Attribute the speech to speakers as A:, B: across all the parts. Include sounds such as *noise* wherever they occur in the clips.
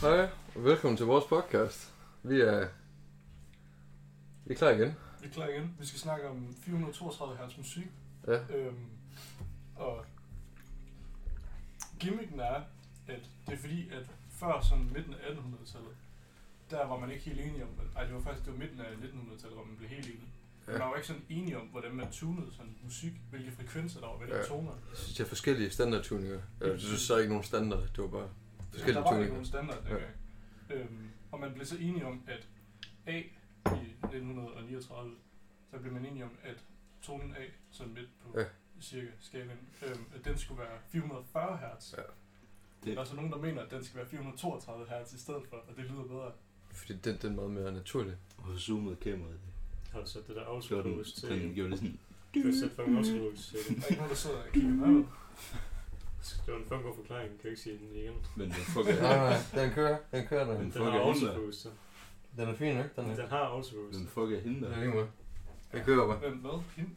A: Hej, og velkommen til vores podcast. Vi er... Vi er klar igen.
B: Vi er klar igen. Vi skal snakke om 432 hertz musik.
A: Ja.
B: Øhm, og gimmicken er, at det er fordi, at før sådan midten af 1800-tallet, der var man ikke helt enig om, nej det var faktisk det var midten af 1900-tallet, hvor man blev helt enig.
A: Ja.
B: Ja. Man var ikke sådan enige om, hvordan man tunede sådan musik, hvilke frekvenser der var, hvilke
A: Ja.
B: ja. toner.
A: Jeg synes, jeg har forskellige standardtuninger. Eller jeg synes, der er ikke nogen standard. Det Mm. var bare
B: der
A: forskellige
B: var ikke
A: tuninger.
B: nogen standard
A: Ja.
B: dengang. Øhm, og man blev så enige om, at A i 1939, så blev man enige om, at tonen A, sådan midt på
A: Ja.
B: ja. cirka skalaen, øhm, at den skulle være 440 hertz.
A: Ja.
B: Det. Der er så nogen, der mener, at den skal være 432 hertz i stedet for, og det lyder bedre.
A: Fordi den, den er meget mere naturlig.
C: Og så zoomede kameraet.
D: Har du sat det der
C: Så gjorde den,
D: autofocus til?
C: den gjorde det sådan.
D: Du har sat fucking autofocus til
B: Der
D: det.
B: er ikke nogen, der sidder og kigger med.
D: Det var en fucking god forklaring. Kan du ikke sige den igen?
C: Men den fuck
A: Nej,
C: er
A: nej, den kører. Den kører, den.
C: Men
D: Den
C: fuck
D: har
C: er hende der?
D: autofocus til.
A: Den er fin, ikke? Den er,
D: Den har autofocus
C: Hvem
D: til.
C: fuck er hende
A: den er
C: der?
A: lige måde. Den kører bare.
B: Hvem hvad? Hende?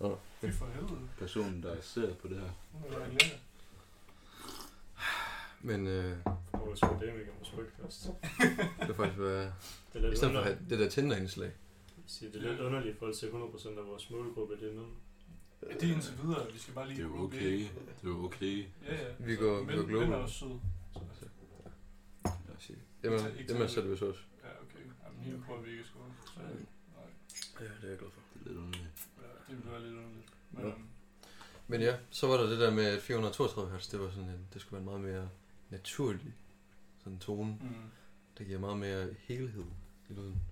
A: Nå.
B: Fy for helvede.
C: Personen, der ser på det her.
B: Hun er være en lækker.
A: Men øh,
D: Og så det med vores podcast.
A: det har faktisk været...
D: Det er
A: I
D: lidt
A: stedet for at
D: underligt.
A: have det der Tinder-indslag.
D: Sige, det er lidt underligt i forhold til 100% af vores målgruppe, det er mænd.
B: Ja, det er indtil videre, vi skal bare lige
C: Det er jo
B: rulle
C: okay.
B: ind.
C: Det er jo okay.
B: Ja, ja.
A: Vi går- vi går
B: global.
A: global.
B: Mænd er også søde. Så-
A: Lad os sige. Det er
B: Ikke- ikke
A: det er
B: Tinder.
A: selv også.
B: Ja, okay. Jamen, hende prøver vi ikke at skåle. Så,
A: Ja.
B: nej.
A: Ja, det er jeg glad for.
C: Det er lidt underligt.
B: Ja, det ville være lidt underligt. Men,
A: Nå.
B: øhm,
A: Men ja, så var der det der med, at 432 hertz, det var sådan en, det skulle være en meget mere naturlig sådan tone.
B: mm.
A: Det giver meget mere helhed i lyden.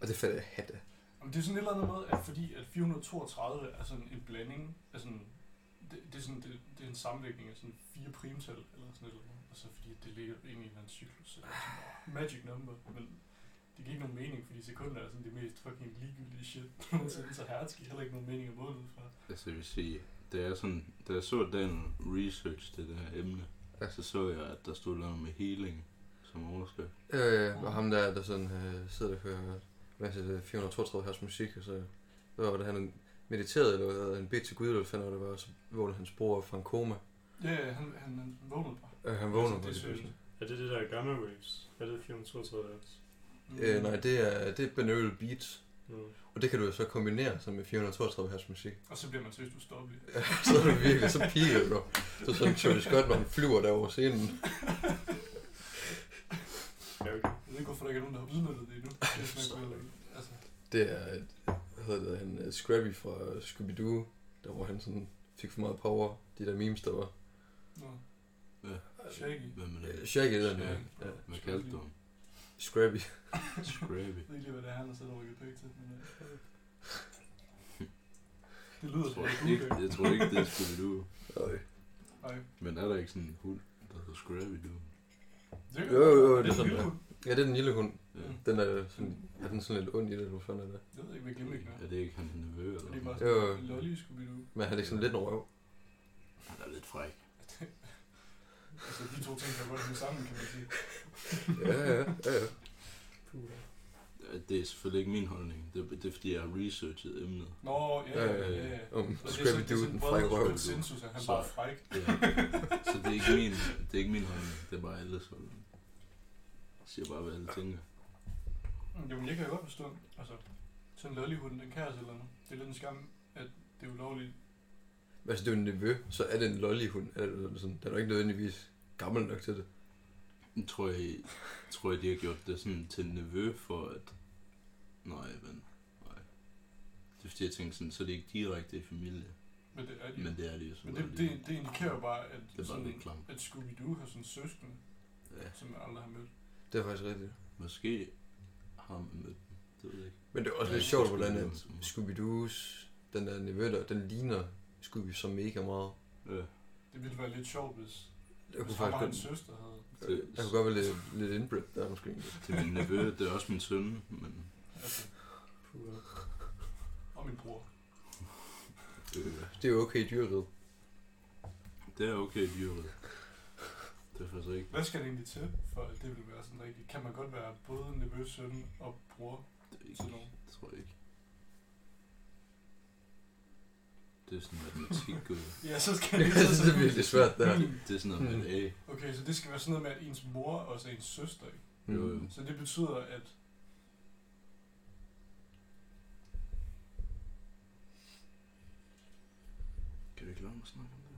A: Og det fandt jeg hat af.
B: Jamen, det er sådan et eller andet med, at fordi at 432 er sådan en blanding af sådan... Det, det, er sådan, det, det er en sammenlægning af sådan fire primtal, eller sådan et eller andet. Og så fordi at det ligger ind i en eller anden cyklus. Så er det sådan, åh, magic number. Men det giver ikke nogen mening, fordi sekunder er sådan det mest fucking ligegyldige shit. *laughs* nogensinde, så hertz giver heller ikke nogen mening at måle ud fra.
C: Altså jeg vil sige, det er sådan, da jeg så den research til det her emne,
A: Ja.
C: så så jeg, at der stod noget med healing som overskrift.
A: Øh, og ham der, der sådan øh, sidder og hører masse øh, 432 hertz musik, og så hvad var det, han mediterede, eller havde en bed til Gud, eller hvad fanden var det var, og så vågnede hans bror op fra en koma.
B: Ja, ja, han, han, han vågnede bare.
A: Øh, han vågnede
B: Altså,
A: på
B: det
A: det.
B: synes
A: tidspunkt.
D: Er det det der gamma waves? Er det 432 hertz?
A: Øh,
B: Mm.
A: nej, det er, det er Benøvel Beats.
D: Mm.
A: Og det kan du jo så kombinere som med 432 hertz musik.
B: Og så bliver man seriøst ustoppelig.
A: *laughs* så er du virkelig, så piger du. Så er sådan Travis Scott, når han flyver derover scenen.
D: Ja, okay.
B: Jeg ved ikke, hvorfor der ikke er nogen, der har udnyttet det endnu.
C: *laughs*
B: Det smager godt. Altså,
A: Det er, et, hvad hedder det, han øh, Scrappy fra Scooby-Doo, der hvor han sådan fik for meget power, de der memes, der var.
B: nå.
C: Ja.
B: Shaggy.
C: Hvem er
A: Øh,
C: det?
A: Shaggy, den
B: Ja,
A: der.
B: bro.
A: Ja.
C: Hvad kaldte du ham?
A: Scrappy.
C: Scrappy.
B: Jeg ved ikke lige, hvad det er, han har siddet og rykket pæk til. Men,
C: *laughs*
B: øh, det lyder
C: Jeg
B: som
C: tror
B: en
C: ikke,
B: guldbøg.
C: jeg tror ikke det er Scooby-Doo.
A: Øj.
B: Nej,
C: Men er der ikke sådan en hund, der hedder Scrappy-Doo?
B: det
A: Jo, jo, jo, det er
B: det er
A: sådan,
B: sådan,
A: Ja, det er den lille hund.
C: Ja.
A: Den er sådan, er den sådan lidt ond i det, eller hvad fanden er det?
B: Jeg ved ikke, hvad gimmick er.
C: Er det ikke hans nevø eller
B: Er det bare
C: noget?
A: Jo, jo.
B: sådan en lolly Scooby-Doo? *laughs*
A: Men han er ikke sådan lidt en røv.
C: Han er lidt fræk.
B: Altså, de to ting kan godt hænge sammen, kan man sige.
A: Ja, ja, ja, ja.
D: Puh.
C: Det er selvfølgelig ikke min holdning. Det er, det er fordi, jeg har researchet emnet.
B: Nå, ja, ja, ja. ja.
A: Om
B: Og det er så-
A: Scrappy
B: det
A: Doo,
B: er sådan
A: den
B: en
A: frække
B: bred
A: røv.
B: konsensus, at han
C: Så-
B: bare er fræk.
C: Ja. Så det er, ikke min, det er ikke min holdning. Det er bare alles holdning. Jeg siger bare, hvad alle tænker.
B: Mm, Jamen, jeg kan godt forstå. Altså, sådan en lollyhund, den kan altså et eller andet. Det er lidt en skam, at det er ulovligt.
A: Altså, det er jo en nevø, så er det en lolly hund. Er det sådan, den er jo ikke nødvendigvis gammel nok til det.
C: Men Tror jeg, tror jeg, de har gjort det sådan til nevø for at... Nej, men... Nej. Det er fordi, jeg tænkte sådan, så er de ikke direkte i familie.
B: Men det er de.
C: Men det er de jo så
B: Men
C: bare
B: det,
C: lige.
B: det, det indikerer jo bare, at,
C: Det er bare
B: sådan,
C: lidt klamt.
B: at Scooby-Doo har sådan søskende,
C: Ja,
B: som jeg aldrig har mødt.
A: Det er faktisk rigtigt.
C: måske har man mødt dem. Det ved jeg ikke.
A: Men det er også
C: Ja,
A: lidt
C: jeg
A: sjovt,
C: synes,
A: hvordan
C: det er
A: at
C: sådan.
A: Scooby-Doo's, den der nevø, der, den ligner Scooby så mega meget.
C: Ja,
B: Det ville være lidt sjovt, hvis,
A: Jeg kunne
B: hvis
A: faktisk
B: han var
A: godt,
B: hans søster havde.
C: det,
A: jeg kunne godt være lidt, lidt indbredt der måske.
C: det er min nevø, det er også min søn, men
B: Altså,
D: Puh.
B: og min bror.
C: det kan være.
A: Det er jo okay dyrerid.
C: Det er okay, dyret. Det er faktisk rigtigt.
B: Hvad skal det egentlig til, for at det ville være sådan rigtigt? Kan man godt være både nervøs søn og bror
C: Det er
B: til
C: ikke,
B: nogen?
C: det tror jeg ikke. Det det er sådan matematik, gud.
B: Ja, så skal
A: Jeg synes, det er virkelig svært, det her.
B: Hmm.
C: Det er sådan noget med et A.
B: Okay, så det skal være sådan noget med, at ens mor også er ens søster, ikke?
C: Jo, jo.
B: Så det betyder, at...
C: Kan du ikke lade mig snakke om det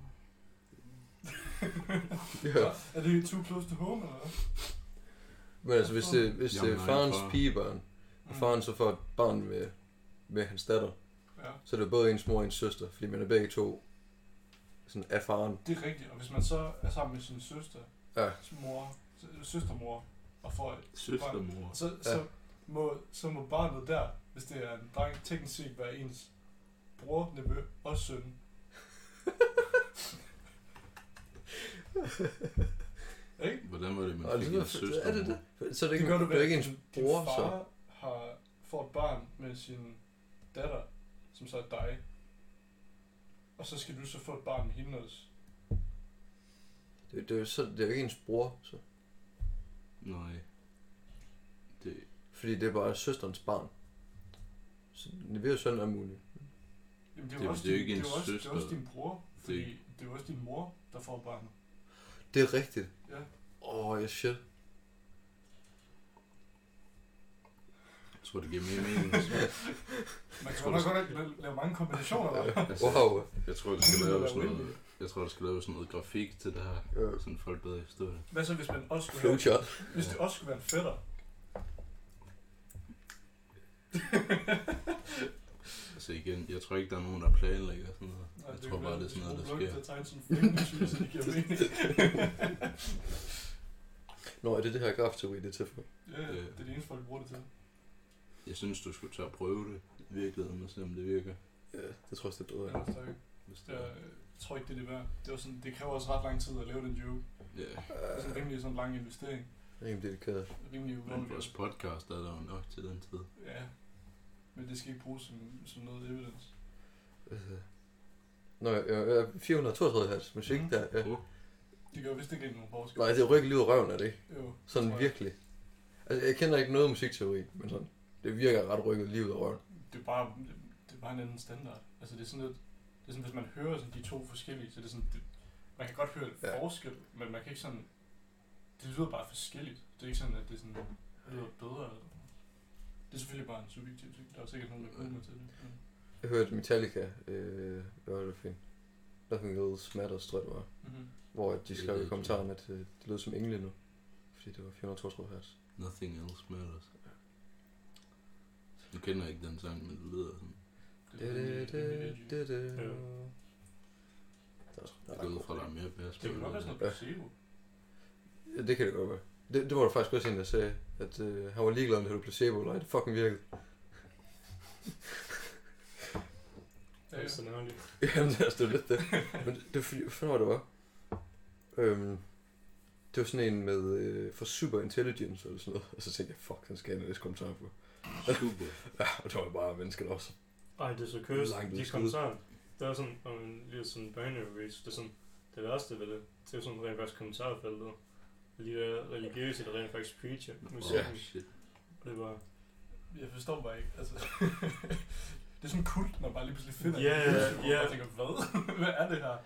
C: her?
A: Ja.
B: Er det too close to home, eller hvad?
A: Men altså, hvis det, hvis det
C: Jamen,
A: er
C: nej, far.
A: farens pigebørn, og
B: Mm.
A: faren så får et barn med, med hans datter,
B: Ja,
A: så er det både ens mor og ens søster, fordi man er begge to sådan af faren.
B: det er rigtigt. Og hvis man så er sammen med sin søster,
A: Ja.
B: mor, s- søstermor, og får et
C: Søstermor.
B: så, ja. så, må, så må barnet der, hvis det er en dreng, teknisk set være ens bror, nevø
A: *laughs*
B: og søn. Ikke?
C: Hvordan var det, man
A: Og
C: fik
A: det
C: en
A: er-
C: søstermor?
A: er det det? Så er det
B: Det
A: ikke,
B: gør du
A: det er
B: ved,
A: ikke
B: at
A: ens
B: Din
A: bror, så.
B: far har, får et barn med sin datter, som så er dig. Og så skal du så få et barn med hende også.
A: Det, det, er, jo så, det er jo ikke ens bror, så.
C: Nej. Det,
A: Fordi det er bare søsterens barn. Så nevø og søn er muligt.
B: Jamen, det,
C: Det-
B: er jo også
C: det er jo
B: din- det
C: ikke
B: er
C: ens
B: også, Det
C: søster.
B: er også din bror, fordi det, det er jo også din mor, der får barnet.
A: Det er rigtigt.
B: Ja.
A: Åh, oh, ja, shit.
C: jeg tror, det giver mere mening. hvis-
B: Man kan
C: tror,
B: godt
C: det-
B: nok godt la- lave mange kombinationer, der.
C: Altså,
A: Wow.
C: Jeg tror, der skal lave sådan noget, jeg tror, der skal lave sådan noget grafik til det her,
A: Øh,
C: sådan folk bedre kan forstå det.
B: Hvad så, hvis man også skulle have,
A: Flowchart.
B: hvis det også skulle være en fætter?
C: Altså igen, jeg tror ikke, der er nogen, der planlægger sådan noget.
B: Nej,
C: Jeg
B: Altså, det
C: tror
B: kan
C: bare,
B: være,
C: det er sådan noget,
B: hvis
C: der
B: Roblox,
C: sker.
B: Der tegner sådan en film, synes jeg, det giver mening.
C: *laughs*
A: Nå, er det det her grafteori, det er til for?
B: Ja, ja,
C: Ja.
B: det er det eneste, folk bruger det til.
C: Jeg synes, du skulle tage og prøve det i virkeligheden og se, om det virker.
A: Ja, det tror jeg, det er
B: Ja,
A: bedre.
B: det er ikke.
C: Hvis det
B: altså, Jeg
C: er.
B: øh, tror ikke, det er det værd. Det, var sådan, det kræver også ret lang tid at lave den joke.
C: Ja,
B: Det er sådan en rimelig sådan lang investering.
A: Jeg er ikke Øh, dedikeret.
B: Rimelig
C: men
B: ulovlig.
C: vores podcast er der jo nok til den tid.
B: Ja. Men det skal ikke bruges som, som noget evidens.
A: Øh. Nå, jeg, jeg, jeg 432 hertz musik
B: Mhm.
A: der. Ja.
C: Åh,
B: Det gør vist ikke rigtig nogen forskel.
A: Nej, det rykker lige ud af røven, er det ikke?
B: Jo, det
A: Sådan
B: tror jeg.
A: virkelig. Altså, jeg kender ikke noget musikteori, men sådan, det virker ret rykket lige ud af røven.
B: Det er bare, det er bare en anden standard. Altså det er sådan lidt, det er sådan, hvis man hører sådan de to forskellige, så det er sådan, det, man kan godt høre en
A: Ja.
B: ja. forskel, men man kan ikke sådan, det lyder bare forskelligt. Det er ikke sådan, at det sådan, det lyder bedre. Eller, det er selvfølgelig bare en subjektiv ting. Der er sikkert nogen, der kommer til det. men-
A: Jeg hørte Metallica, øh, hvad var det for en? Nothing Else Matters, tror jeg, det var.
B: Mhm.
A: Hvor at de
C: Det
A: skrev i
C: ved jeg
A: kommentaren, at øh, det lød som engle nu. Fordi det var 432 hertz.
C: nothing else matters. Nu kender jeg ikke den sang, men det lyder sådan.
B: Det er rimelig- rimelig legit.
A: Det
D: Ja.
C: Jeg går ud fra, at der er mere bas på
B: Det kan nok være sådan
C: det.
B: noget placebo.
A: Ja, det kan det godt være. Det, det var der faktisk også en, der sagde, at øh, han var ligeglad med, at det var placebo eller ej. Det fucking virkede. *laughs*
B: Ja,
D: Det
B: ja.
D: er sådan ærgerligt.
A: Jamen, det er altså, det er lidt det. Men det, det er fordi, hvad fanden var det var? Øhm, det var sådan en med, øh, for super intelligence eller sådan noget. Og så tænkte jeg, fuck, den skal jeg næste kommentar på.
C: Super.
A: *laughs* Ja, og det var bare mennesker, der også.
D: Ej, det er så køst.
A: Langt
D: De
A: udskud.
D: kommentarer. Det er sådan, om en lille sådan binary race. Det er sådan, det værste ved det. Det er sådan rent faktisk kommentarfeltet. Lige der religiøse, der rent faktisk preacher musikken.
C: Oh, shit.
D: Det er bare...
B: Jeg forstår bare ikke, altså. *laughs* det er sådan kult, når man bare lige pludselig finder en
D: Ja,
B: YouTube, hvor
D: ja.
B: man tænker, hvad? *laughs* hvad er det her?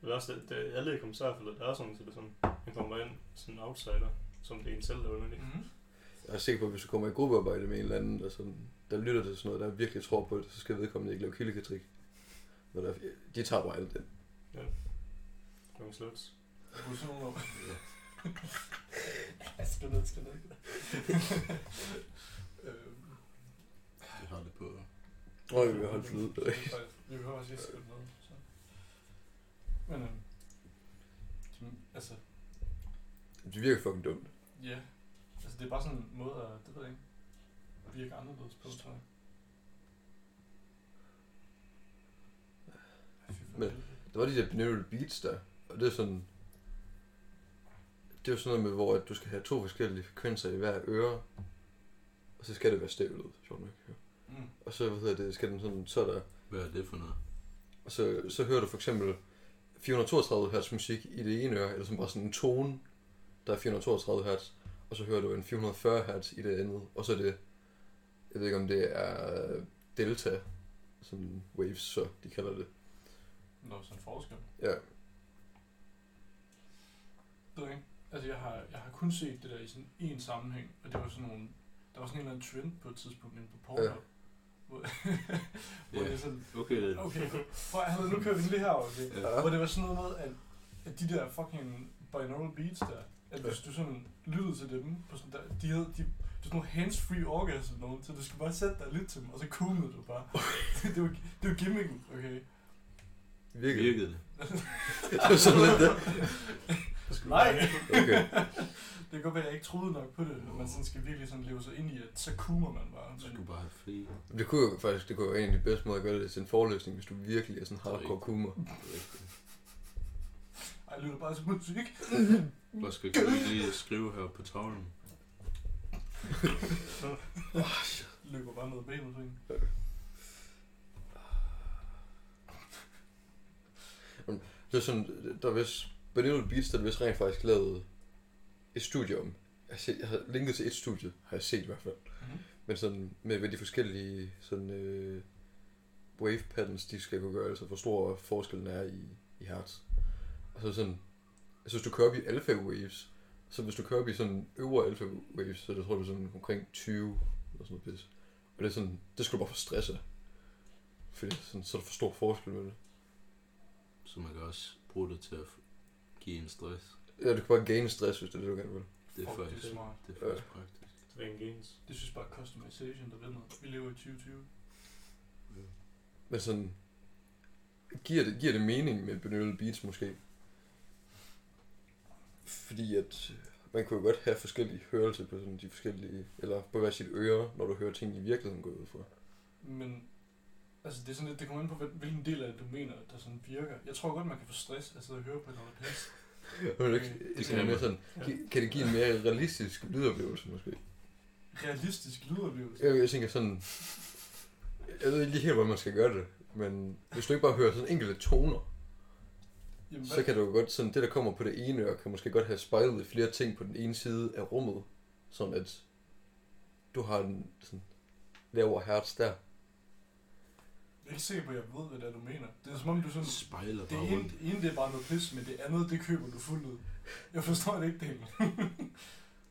D: Det værste, det er alle i kommentarfeltet, der er sådan, så det er sådan, man kommer ind sådan en outsider, som det er en selv, der er underlig.
B: Mm-hmm.
A: Jeg er sikker på, at hvis du kommer i gruppearbejde med en eller anden, der, sådan, der lytter til sådan noget, der virkelig tror på det, så skal vedkommende ikke lave kildekatrik. Men der, de tager bare alt det.
D: Nogle sluts.
B: Du er sådan nogle *laughs* år. Jeg skal ned, skal ned. *laughs* Øhm,
C: Jeg har det på.
A: Åh, jeg vil holde flyde.
B: det er faktisk- Jeg vil også, jeg skal ned. Så. Men øhm, de- altså,
A: Det virker fucking dumt.
B: ja. Altså, det er bare sådan en måde at, det ved jeg ikke, virke anderledes på, tror jeg. Ej, fy for
A: Men-
B: helvede.
A: Der var de der binaural beats der, og det er sådan... Det er jo sådan noget med, hvor at du skal have to forskellige frekvenser i hver øre, og så skal det være stævlet, sjovt nok. ja.
B: Mm.
A: Og så, hvad hedder det, skal den sådan, så er der...
C: Hvad er det for noget?
A: Og så, så hører du for eksempel 432 Hz musik i det ene øre, eller som bare sådan en tone, der er 432 Hz, og så hører du en 440 Hz i det andet, og så er det, øh, jeg ved ikke om det er delta, sådan waves, så de kalder det.
B: Nå, sådan en forskel.
A: Ja.
B: Det ved jeg ikke. Altså, jeg har, jeg har kun set det der i sådan en sammenhæng, og det var sådan nogle... Der var sådan en eller anden trend på et tidspunkt inde på Pornhub,
A: Ja.
B: hvor, hvor
C: Ja.
B: det er sådan,
C: Okay, det er
B: Okay, prøv at høre, nu kører vi den lige her, okay?
A: Ja.
B: Hvor det var sådan noget med, at, at de der fucking binaural beats der, at hvis du sådan lyttede til dem, på sådan der, de havde, de, det var sådan nogle hands-free orgasm nogen, så du skulle bare sætte dig lidt til dem, og så kumede du
A: *laughs*
B: bare. det, var, det var gimmicken, okay?
A: Virkelig.
C: virkede det.
A: *laughs* *laughs* det var sådan lidt det.
B: Nej!
A: Okay.
B: det kan godt være, at jeg ikke troede nok på det, men man sådan skal virkelig sådan leve sig ind i, at så kumer man bare.
C: Du
B: Men,
C: skulle bare have fri. Det
A: Det kunne jo faktisk, det kunne jo være en af de bedste måder at gøre det til en forløsning, hvis du virkelig er sådan
C: Det er
A: hardcore kumer.
C: er rigtigt.
B: ej, jeg lytter bare til musik.
C: Hvor skal jeg ikke lige skrive her på tavlen?
B: Løber bare ned ad benet på en.
A: Det er sådan, der er vist, Benito Beats, der er vist rent faktisk lavet et studie om. Jeg har, set, jeg har linket til et studie, har jeg set i hvert fald.
B: Mhm.
A: Men sådan, med, med de forskellige sådan, øh, wave patterns, de skal kunne gøre, altså hvor stor forskellen er i, i hertz. Og så sådan, jeg synes, du kører op i alpha waves, så hvis du kører op i sådan øvre alpha waves, så er det, tror du sådan omkring 20 eller sådan noget pis. Og det er sådan, det skal du bare få stress af. Fordi sådan, så er der for stor forskel med det.
C: Så man kan også bruge det til at f- give en stress.
A: Ja, du kan bare gain stress, hvis det er det, du gerne vil.
C: Det er
B: Fuck, det
C: faktisk,
B: er smart.
C: det er faktisk praktisk.
D: Det er en gains.
B: Det synes bare, customization, der ved noget. Vi lever i 2020.
A: Men sådan, giver det, giver det mening med benyttet beats måske? Fordi at man kunne jo godt have forskellige hørelser på sådan de forskellige, eller på hver sit øre, når du hører ting i virkeligheden gå ud fra.
B: Men altså, det, er sådan lidt, det kommer ind på, hvil- hvilken del af det, du mener, der sådan virker. Jeg tror godt, man kan få stress af at sidde og høre på noget pis.
A: Men det, ikke, det
C: kan
A: kan, mere
C: man.
A: sådan, gi- kan det give en mere realistisk lydoplevelse måske?
B: Realistisk lydoplevelse.
A: Jeg, jeg tænker sådan, jeg ved ikke lige helt, hvordan man skal gøre det, men hvis du ikke bare hører sådan enkelte toner,
B: Jamen,
A: så
B: hvad,
A: kan du jo godt, sådan det der kommer på det ene øre, kan måske godt have spejlet i flere ting på den ene side af rummet, sådan at du har en sådan lavere hertz der.
B: jeg er ikke sikker på, at jeg ved, hvad det er, du mener. Det er som om, du sådan...
C: Spejler
B: Det
C: bare
B: ene,
C: rundt.
B: det ene, det er bare noget pis, men det andet, det køber du fuldt ud. Jeg forstår det ikke, det hele.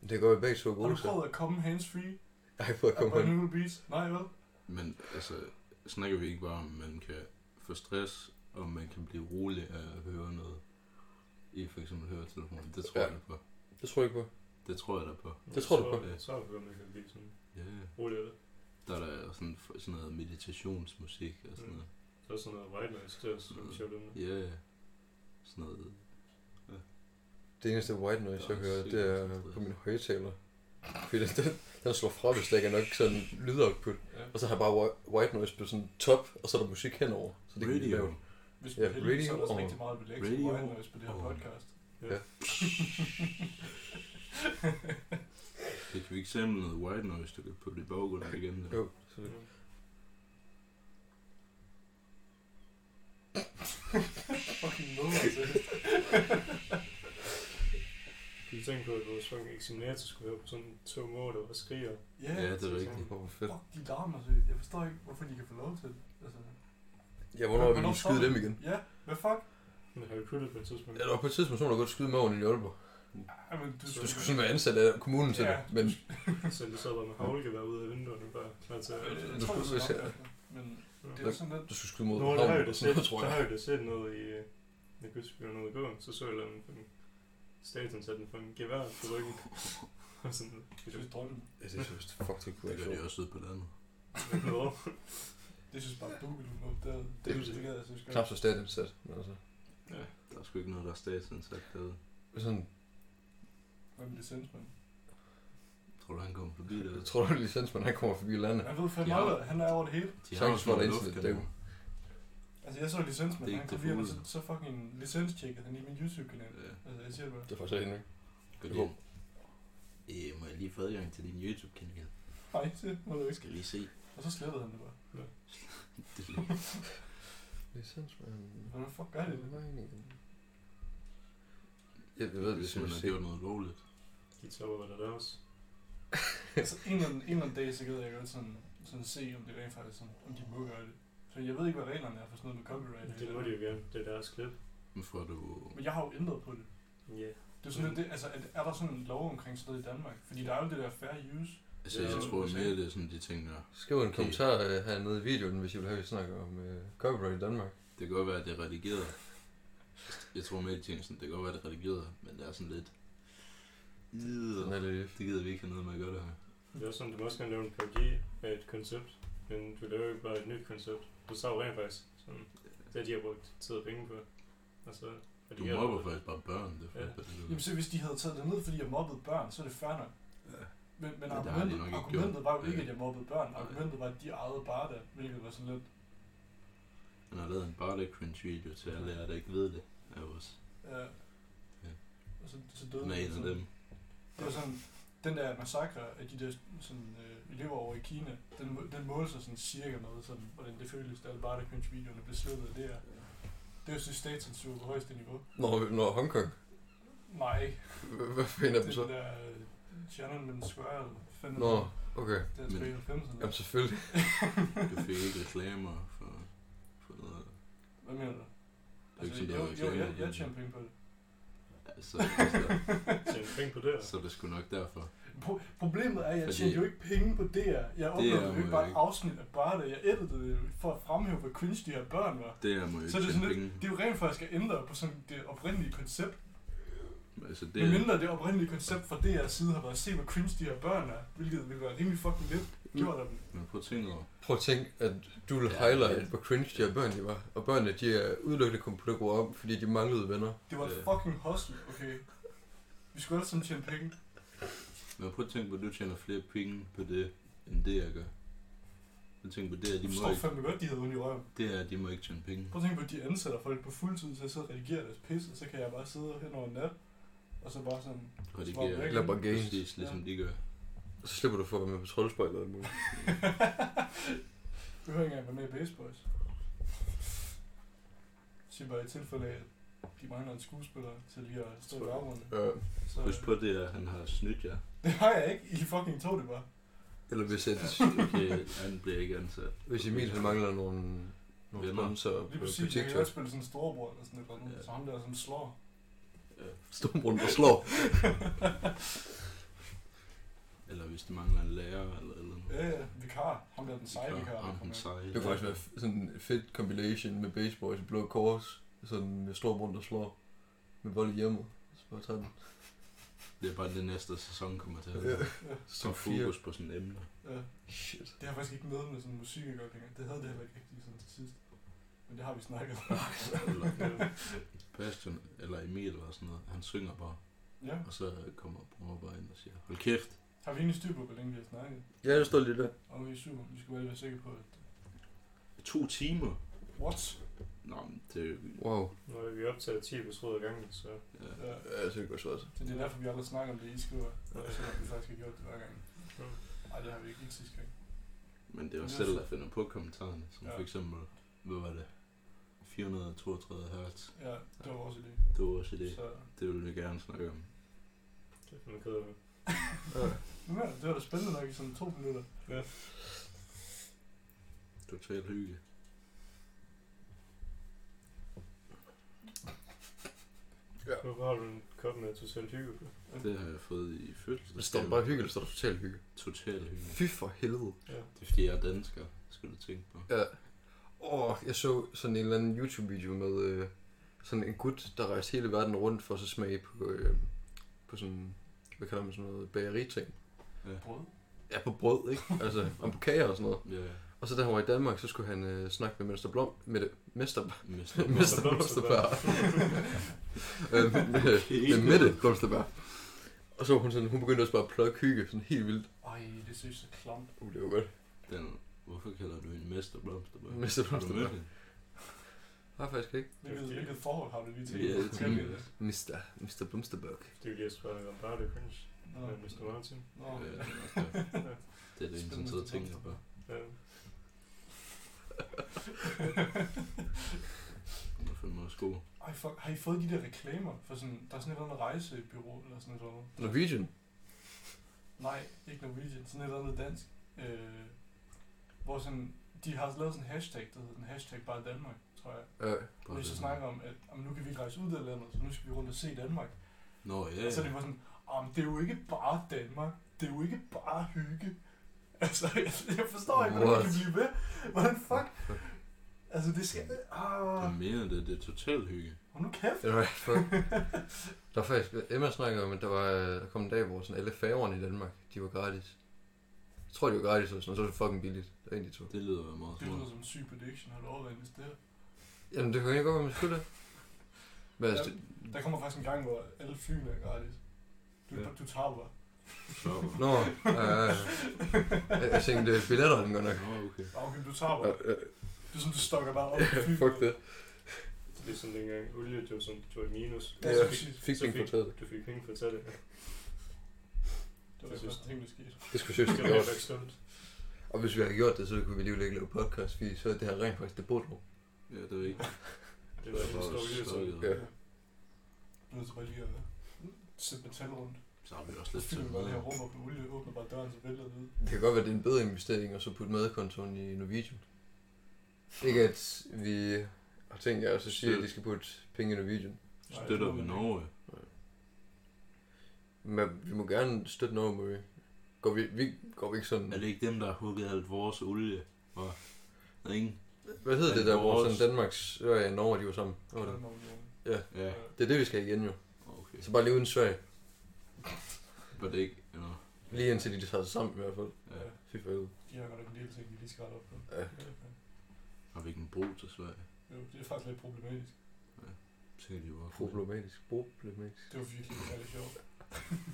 A: Det går jo begge to
B: Har
A: gode
B: du
A: så.
B: prøvet at komme hands-free?
A: Ej, for at
B: Kom
A: komme
B: på
A: hen.
B: New Beats? Nej, hvad?
C: Men altså, snakker vi ikke bare om, at man kan få stress, og man kan blive rolig af at høre noget i for eksempel høretelefonen. Det tror
A: Ja.
C: ja. jeg da på.
A: Det tror jeg ikke på.
C: Det tror jeg da på.
A: Det tror du på.
D: Så, så er det, man kan blive sådan
C: Ja, ja.
D: rolig af det.
C: Der er der sådan, sådan noget meditationsmusik og sådan
D: Mm.
C: noget.
D: Så er sådan noget white noise, det er også
C: Mm.
D: sjovt emne.
C: Ja, ja. Sådan noget.
A: Det eneste white noise,
C: Der er
A: jeg hører,
C: sygt
A: det
C: meget
A: er
C: stress.
A: på min højtaler. Fordi den, den slår fra, hvis der ikke er nok sådan lydoutput.
B: Ja.
A: Og så har jeg bare whi- white noise på sådan top, og så er der musik henover. Så det kan blive
C: Radio.
A: lavt.
B: Hvis vi
A: Ja,
B: er heldige, så er der også
A: radio
B: rigtig meget relax
C: over-
B: og
C: radio
B: white noise på det her
C: over-
B: podcast.
C: Det kan vi ikke sammen noget white noise, du kan putte i baggrunden igen.
A: Jo.
D: Mm.
B: Fucking noget, altså.
D: Kan du tænke på, at vores fucking eksaminator skulle være på sådan en tom år, der var skriger?
B: Ja,
C: Ja, det er
B: så-
C: rigtigt.
A: Hvor fedt.
B: Fuck, de larmer sig. Jeg forstår ikke, hvorfor de kan få lov til det. Altså,
A: Ja, hvornår vil
B: Hvornår
A: vi skyde
B: stopper
A: dem
B: vi?
A: igen?
B: ja, hvad fuck?
D: Men har vi kuttet på et tidspunkt?
A: Ja, der var på et tidspunkt, så må du godt skyde maven i Aalborg.
B: Ej, men du,
A: Du skulle sådan være ansat af kommunen til det,
B: Ja.
A: men
D: Så det sad bare med havlgevær ude af vinduerne, bare klar til at...
B: Øh, Jeg
A: Du
B: tror,
A: skulle
B: det
A: se-
B: skal nok, Men det er sådan lidt...
A: du skulle skyde mod
D: Nå, der har jeg
A: havnen.
D: jo da
A: Sådan
D: set,
A: noget, tror
D: der har
A: jeg.
D: jeg da set noget i... øh, Jeg kan huske, vi var nede i går, så så jeg en fucking statuen satte en fucking gevær på ryggen. *laughs* Og sådan,
B: Jeg synes, drømmen.
A: Ja, det synes jeg faktisk ikke kunne
C: Det
A: være
C: gør de
A: sjovt.
C: også ude på landet.
D: Nå,
B: Det synes bare, du ville have opdaget.
A: Det-
B: Det, altså, det, det, gad jeg synes
A: Knap
B: godt.
A: så statsindsat, men altså.
C: Der er sgu ikke noget, der er statsansat derude.
A: Sådan,
B: Hvem er licensmand?
C: Tror du, han kommer forbi
A: jeg
C: det?
A: øh, tror du, licensmand han kommer forbi landet.
B: Han ved fandme
C: Ja.
B: aldrig, han er over det hele.
C: De
A: Sagtens
C: har også noget
A: var der internet
C: luftkanon.
B: Altså, jeg så
C: Det
B: licensmand,
C: er
B: han
C: ikke
B: kom
C: det
B: hjem, og
C: fulde.
B: så, så fucking licenstjekket han i min YouTube-kanal.
C: Ja.
B: Altså, jeg siger det bare.
A: Det er faktisk helt nyt.
C: Gå
A: Jo.
C: lige. Øh, må jeg lige få adgang til din YouTube-kanal?
B: Nej, det må du
C: Jeg
B: ikke.
C: skal lige se.
B: Og så slettede han det bare.
C: Det er lige-
A: Licensmand.
B: Hvordan fuck gør det?
A: Jeg ved, det er
C: Hvis man har
A: simpelthen
C: gjort noget lovligt.
D: de topper var der deres.
B: altså, en eller, anden, en eller anden dag, så gad jeg godt sådan, sådan se, om det rent faktisk sådan, om de må gøre det. Så For jeg ved ikke, hvad reglerne er for sådan noget med copyright.
D: Det må de jo gerne. Det er deres klip.
C: Men får du...
B: Men jeg har jo ændret på det.
D: Ja.
B: Det er sådan, mm. det, altså, er, er der sådan en lov omkring sådan noget i Danmark? Fordi der er jo det der fair use.
C: Altså,
D: Ja,
C: jeg
D: det
C: tror
D: må
C: mere,
D: sige.
C: det er sådan de ting, der...
A: Skriv en
C: Okay.
A: kommentar øh, hernede i videoen, hvis I vil have, at vi snakker om øh, copyright i Danmark.
C: Det kan godt være, at det er redigeret. Jeg tror mere, de ting sådan, det kan godt være, det er redigeret, men det er sådan lidt...
A: Den
C: Lider.
A: er lidt...
C: Det gider vi ikke have noget med at gøre det her.
D: Det er også sådan, du må også gerne lave en PUBG af et koncept, men du laver jo ikke bare et nyt koncept. Du tager jo rent faktisk sådan, det, de har brugt tid og penge på. Og så, og
C: Du
D: har-
C: mobber faktisk bare børn, det er altså.
D: Ja.
C: faktisk bare det, du...
B: Jamen så hvis de havde taget det ned, fordi jeg mobbede børn, så er det fair nok.
C: Ja.
B: Men, men
C: det har de
B: argumentet,
C: nok ikke
B: argumentet
C: gjort.
B: var jo ikke,
C: Ja.
B: at jeg mobbede børn.
C: Nej.
B: Argumentet var, at de ejede bare det, hvilket var sådan lidt...
C: Han har lavet en barley cringe video til alle jer, der ikke ved det. Er jo også
B: Ja.
C: Ja.
B: øh, Og så, så døde
C: han er
B: de
C: en af
B: sådan.
C: dem.
B: Det var sådan, den der massakre af de der sådan, øh, elever over i Kina, den, må- den måler sig sådan cirka med, sådan, hvordan det føles, da Alberta Cringe-videoerne blev sluttet af det her. Det er jo sådan statscensur på højeste niveau.
A: Når, når Hongkong.
B: Nej, ikke.
A: Hvad- Hvad finder dem
B: det
A: så?
B: er den der øh, Tiananmen Square, eller hvad fanden
A: Nå,
B: det er.
A: okay.
B: det er
C: men-
B: tilbage i 90'erne.
A: Jamen selvfølgelig.
C: Du fik ikke reklamer for, for noget.
B: Hvad mener du?
C: er ikke
B: Altså,
C: sådan,
B: jo,
C: der er
B: jo, jeg,
C: reklamer.
B: jeg tjener penge på det.
C: Altså, altså,
D: Tjene penge på det her.
C: så er det sgu nok derfor.
B: Pro- problemet er, at jeg
C: Fordi-
B: tjener jo ikke penge på DR. Jeg oplevede jo
C: må
B: ikke bare
C: jo
B: et
C: ikke-
B: afsnit af bare det. Jeg editede det jo for at fremhæve, hvor cringe de her børn var.
C: Det er må jo
B: Så
C: ikke
B: er det
C: tjene
B: sådan
C: penge.
B: Det er jo rent faktisk at ændre på sådan det oprindelige koncept.
C: Altså, det
B: Det
C: er,
B: mindre det oprindelige koncept fra DR's side har været at se, hvor cringe de her børn er, hvilket ville være rimelig fucking lidt gjort af dem.
C: men prøv at tænke over.
A: Prøv at tænke, at du vil
C: Ja,
A: highlight,
C: ja.
A: hvor cringe de her børn de var. Og børnene, de er udelukkende kommet på det gode om, fordi de manglede venner.
B: Det var et
C: Øh.
B: fucking hustle, okay? Vi skulle alle sammen tjene penge.
C: Men prøv at tænke på, at du tjener flere penge på det, end det jeg gør. Prøv at tænke på, det er,
B: Jeg
C: de må
B: forstår
C: ikke,
B: fandme godt, de havde ondt i røven.
C: det er, de må ikke tjene penge.
B: Prøv at tænke på, at de ansætter folk på fuldtid til at sidde og redigere deres pis, og så kan jeg bare sidde hen over en nat, og så bare sådan...
C: Og det
B: Smart
C: giver
B: væk.
A: Eller bare games.
C: præcis ligesom de gør.
A: Så slipper du for at være med på troldspejlet og alt *laughs* muligt.
B: Du hører ikke engang være med i Base Boys. Sig bare i tilfælde af, at de mangler en skuespiller til lige at stå i baggrunden.
A: Øh,
B: Så,
C: Husk på det, at han har snydt jer.
B: det har jeg ikke. I fucking tog det bare.
A: eller hvis, et, *laughs*
C: Okay, han bliver ikke ansat.
A: hvis Emil han mangler nogle, nogle
C: Venner.
A: sponsorer på,
B: Lige
A: på
B: præcis, jeg kan
A: TikTok.
B: godt spille sådan en storebror eller sådan et eller andet,
C: Ja.
B: så ham der, som slår.
C: Ja.
A: Storbrun og slår.
C: Eller hvis de mangler en lærer eller ah, eller noget.
B: Ja, ja, vikar. Ham der, den seje vikar. der
C: Ham
B: kommer
C: den
B: ind.
C: seje.
A: Det kunne faktisk være f- sådan en fed compilation med Baseboys og Blå Kors. Sådan med Storbrun der slår. Med vold i hjemmet. Så bare tage den.
C: Det er bare det næste sæson kommer til at
A: Ja.
C: være. Så
A: Som fire.
C: fokus på sådan et emne.
B: Ja,
A: Shit.
B: det har faktisk ikke noget med sådan musik at gøre længere. Det havde det heller ikke rigtigt sådan til sidst. Men det har vi snakket om.
C: Eller Bastian eller Emil eller sådan noget. Han synger bare.
B: Ja,
C: Og så kommer Bruno bare ind og siger, hold kæft.
B: har vi egentlig styr på, hvor længe vi har snakket?
A: Ja, det står lige der.
B: Og vi er super. Vi skal bare lige være sikre på, at...
C: To timer.
B: What?
C: Nå, men det er jo...
A: Wow.
D: Nu er vi optaget 10 episoder ad gangen, så
C: Ja.
B: Ja.
A: Ja, det er godt så altså.
B: Så det er derfor, vi aldrig snakker om det, I skriver. Så vi faktisk har gjort det hver gang. Nej, det har vi ikke ikke sidste gang.
C: Men det er jo
B: Men
C: selv,
B: også-
C: der finder på kommentarerne. Som
B: Ja.
C: ja. for eksempel, hvad var det? 432 hertz.
B: Ja, det var vores idé.
C: Det var også det.
B: Så...
C: Det vil vi gerne snakke om.
D: det er fandme ked af.
B: Nu er det, det var da spændende nok i sådan to minutter.
C: Total hygge.
D: Hvorfor har du en kop med totalt hygge på?
C: Det har jeg fået i fødselsdag.
A: Det står der bare hygge, eller står der totalt hygge?
C: Total hygge.
A: Fy for helvede.
D: Ja.
C: Det er fordi, jeg er dansker, skal du tænke på.
A: Ja. Åh, jeg så sådan en eller anden YouTube-video med øh, sådan en gut, der rejste hele verden rundt for at så smage på, øh, på sådan, hvad kalder man sådan noget, bageriting.
B: Brød?
A: Ja, på brød, ikke? *laughs* Altså, om på kager og sådan noget.
C: Ja,
A: Og så da han var i Danmark, så skulle han øh, snakke med Mester Blom, med det, Mester, *laughs*
C: mister.
A: Mester *laughs* Blomsterbær. Øh, med, med Mette Blomsterbær. Og så var hun sådan, hun begyndte også bare at plukke hygge, sådan helt vildt.
B: Ej, det synes jeg er klamt.
A: Uh, det var godt.
C: Den, hvorfor kalder du en mester Blomsterbær?
A: Mester
C: Har du mødt
A: Blomsterbær.
C: hende?
A: Har faktisk ikke.
B: Hvilket, hvilket forhold har du lige til?
C: Ja, det
B: Skal
C: tænker
B: vi-
C: jeg også.
A: Mr. Mr. Blomsterbær.
D: Det er jo lige at spørge om bare det cringe.
B: Nå,
D: Med Mr. Martin.
B: nå.
C: Ja, det er også
A: *laughs*
C: derfor. Det er det eneste, han sidder og tænker på.
D: Ja.
C: Hun er fandme også god.
B: Ej, fuck, har I fået de der reklamer? For sådan, der er sådan et eller andet rejsebyrå eller sådan et eller andet.
A: Norwegian.
B: Nej, ikke Norwegian. Sådan et eller andet dansk. Øh, hvor sådan, de har lavet sådan en hashtag, der hedder den hashtag bare Danmark, tror jeg.
A: Øh,
B: Hvor de så snakker om, at om nu kan vi ikke rejse ud af landet, så nu skal vi rundt og se Danmark.
C: Nå, ja.
B: Yeah. Og så er Altså,
C: ja.
B: det bare sådan, om det er jo ikke bare Danmark, det er jo ikke bare hygge. *laughs* Altså, jeg, jeg forstår ikke, hvordan
A: What?
B: det kan blive ved. Hvordan fuck? Altså, det skal... Ah,
C: Jeg mener det, det er totalt hygge.
B: hold nu kæft.
A: det var ikke for... Der var faktisk... Emma snakkede om, at der, var, der kom en dag, hvor sådan alle færgerne i Danmark, de var gratis. Jeg tror, de var gratis, og sådan, og så var det fucking billigt. Det var en, de to.
C: Det lyder jo meget
B: Det lyder
C: smart.
B: som en syg prediction, har du overvejet at investere?
A: Jamen, det kan ikke godt være, man skulle det. Men altså,
B: Ja.
A: det...
B: Der kommer faktisk en gang, hvor alle flyene er gratis. Du,
C: Ja.
B: ja. du tager bare.
C: Så,
A: Nå, øh, jeg, jeg tænkte, det er billetterne godt nok.
C: Nå, okay.
B: Ah, Okay, du tager bare.
A: Øh, øh,
B: Det er sådan, du stokker bare op. i
A: ja,
B: flyet.
A: fuck det.
D: Det er sådan dengang olie, det var sådan, det var i minus.
B: Ja,
A: Ja,
D: Så
B: præcis.
A: fik
D: så
A: penge på taget.
D: Du fik penge for at tage det.
B: Det var det første ting, der skete.
A: Det skulle
D: Det
A: seriøst
D: var
A: have gjort.
D: faktisk slemt.
A: Og hvis vi havde gjort det, så kunne vi alligevel ikke lave podcast, fordi så er det her rent faktisk det burde
C: Ja, det er ikke.
D: Det var en stor olie, så.
C: stokket.
A: Ja.
B: Jeg er nødt til bare lige at sætte metal rundt.
C: Så har vi også
B: Så
C: lidt til
B: fylder vi bare det her
C: noget.
B: rum op med olie, åbner bare døren, så vælter det ud.
A: Det kan godt være, det er en bedre investering at så putte madkontoen i Norwegian. Ikke at vi har tænkt jer at så sige, at de skal putte penge i Norwegian.
B: Nej,
C: Støtter
B: det må man
C: vi Norge?
A: Men vi må gerne støtte Norge, Murray. Går vi, vi, går vi ikke sådan...
C: Er det ikke dem, der har hugget alt vores olie? Og der er ingen?
A: Hvad hedder
C: er
A: det
C: det
A: der, hvor
C: vores-
A: sådan Danmarks... Øh, ja, Norge, de var sammen. Hvad var det?
B: Kalmarunionen.
C: Ja,
B: Øh,
A: det er det, vi skal igen jo.
C: okay.
A: Så bare lige uden Sverige.
C: Var det ikke? Nå,
A: Lige indtil de tager sig sammen i hvert fald.
C: ja.
B: ja.
A: Fy for helvede.
B: De har godt nok en del ting, vi lige skal rette op på.
A: Ja.
C: Har vi ikke en bro til Sverige?
B: Jo, det er faktisk lidt problematisk.
C: Så kan de jo bare
A: Problematisk. Problematisk.
B: Det var virkelig rigtig sjovt.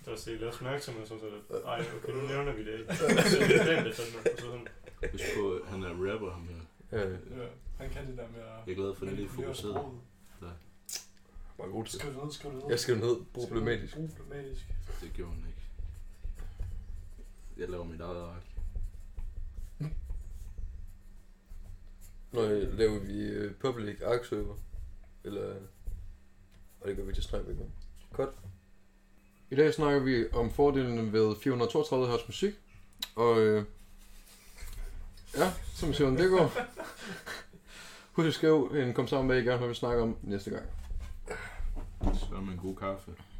D: Der var stillet også mærke til mig, sådan set, at ej, okay, nu nævner vi det. ikke." Så det er den, der fandt mig. Og så sådan,
C: Husk på, at han er rapper, ham her.
A: Ja,
B: Ja, han kan det der med at...
C: Jeg er glad for, at det er lidt
B: manipulere
C: fokuseret.
B: sproget.
A: var god til.
B: Skriv det ned, skriv det ned.
A: Jeg skrev ned.
B: Skriv det ned.
A: Problematisk.
B: Problematisk.
C: Det gjorde han ikke. Jeg laver mit eget ark.
A: Når laver vi øh, public arc server. Eller... Og det gør vi til Strømbæk om. Godt. I dag snakker vi om fordelene ved 432 Hz musik. Og øh, ja, som Søren det går. Husk at skrive en kommentar om, hvad I gerne vil snakke om næste gang.
C: Så er med en god kaffe.